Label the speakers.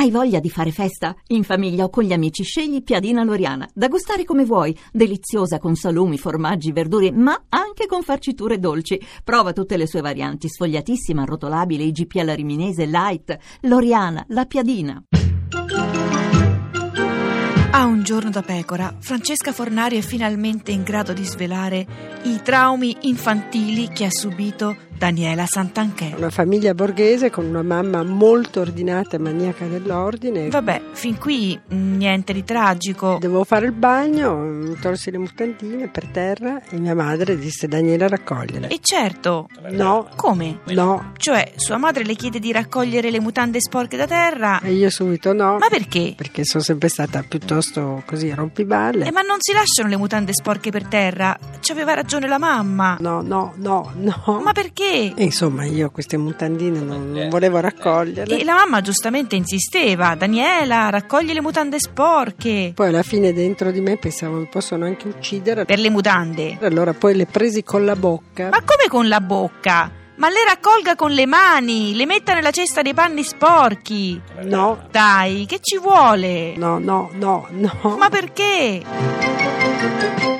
Speaker 1: Hai voglia di fare festa? In famiglia o con gli amici scegli Piadina Loriana, da gustare come vuoi, deliziosa con salumi, formaggi, verdure, ma anche con farciture dolci. Prova tutte le sue varianti, sfogliatissima, arrotolabile, IGP alla riminese, light, Loriana, la Piadina.
Speaker 2: A un giorno da pecora, Francesca Fornari è finalmente in grado di svelare i traumi infantili che ha subito Daniela Santanchè.
Speaker 3: Una famiglia borghese con una mamma molto ordinata e maniaca dell'ordine.
Speaker 2: Vabbè, fin qui mh, niente di tragico.
Speaker 3: Dovevo fare il bagno, mi tolsi le mutandine per terra e mia madre disse Daniela raccogliere.
Speaker 2: E certo,
Speaker 3: No,
Speaker 2: come?
Speaker 3: no.
Speaker 2: Cioè, sua madre le chiede di raccogliere le mutande sporche da terra.
Speaker 3: E io subito no.
Speaker 2: Ma perché?
Speaker 3: Perché sono sempre stata piuttosto così rompiballe.
Speaker 2: Eh, ma non si lasciano le mutande sporche per terra. Ci aveva ragione la mamma.
Speaker 3: No, no, no, no.
Speaker 2: Ma perché?
Speaker 3: E Insomma, io queste mutandine non, non volevo raccoglierle.
Speaker 2: E la mamma giustamente insisteva, Daniela, raccogli le mutande sporche.
Speaker 3: Poi alla fine dentro di me pensavo mi possono anche uccidere.
Speaker 2: Per le mutande.
Speaker 3: Allora poi le presi con la bocca.
Speaker 2: Ma come con la bocca? Ma le raccolga con le mani, le metta nella cesta dei panni sporchi.
Speaker 3: No,
Speaker 2: Dai, che ci vuole?
Speaker 3: no, no, no, no.
Speaker 2: Ma perché?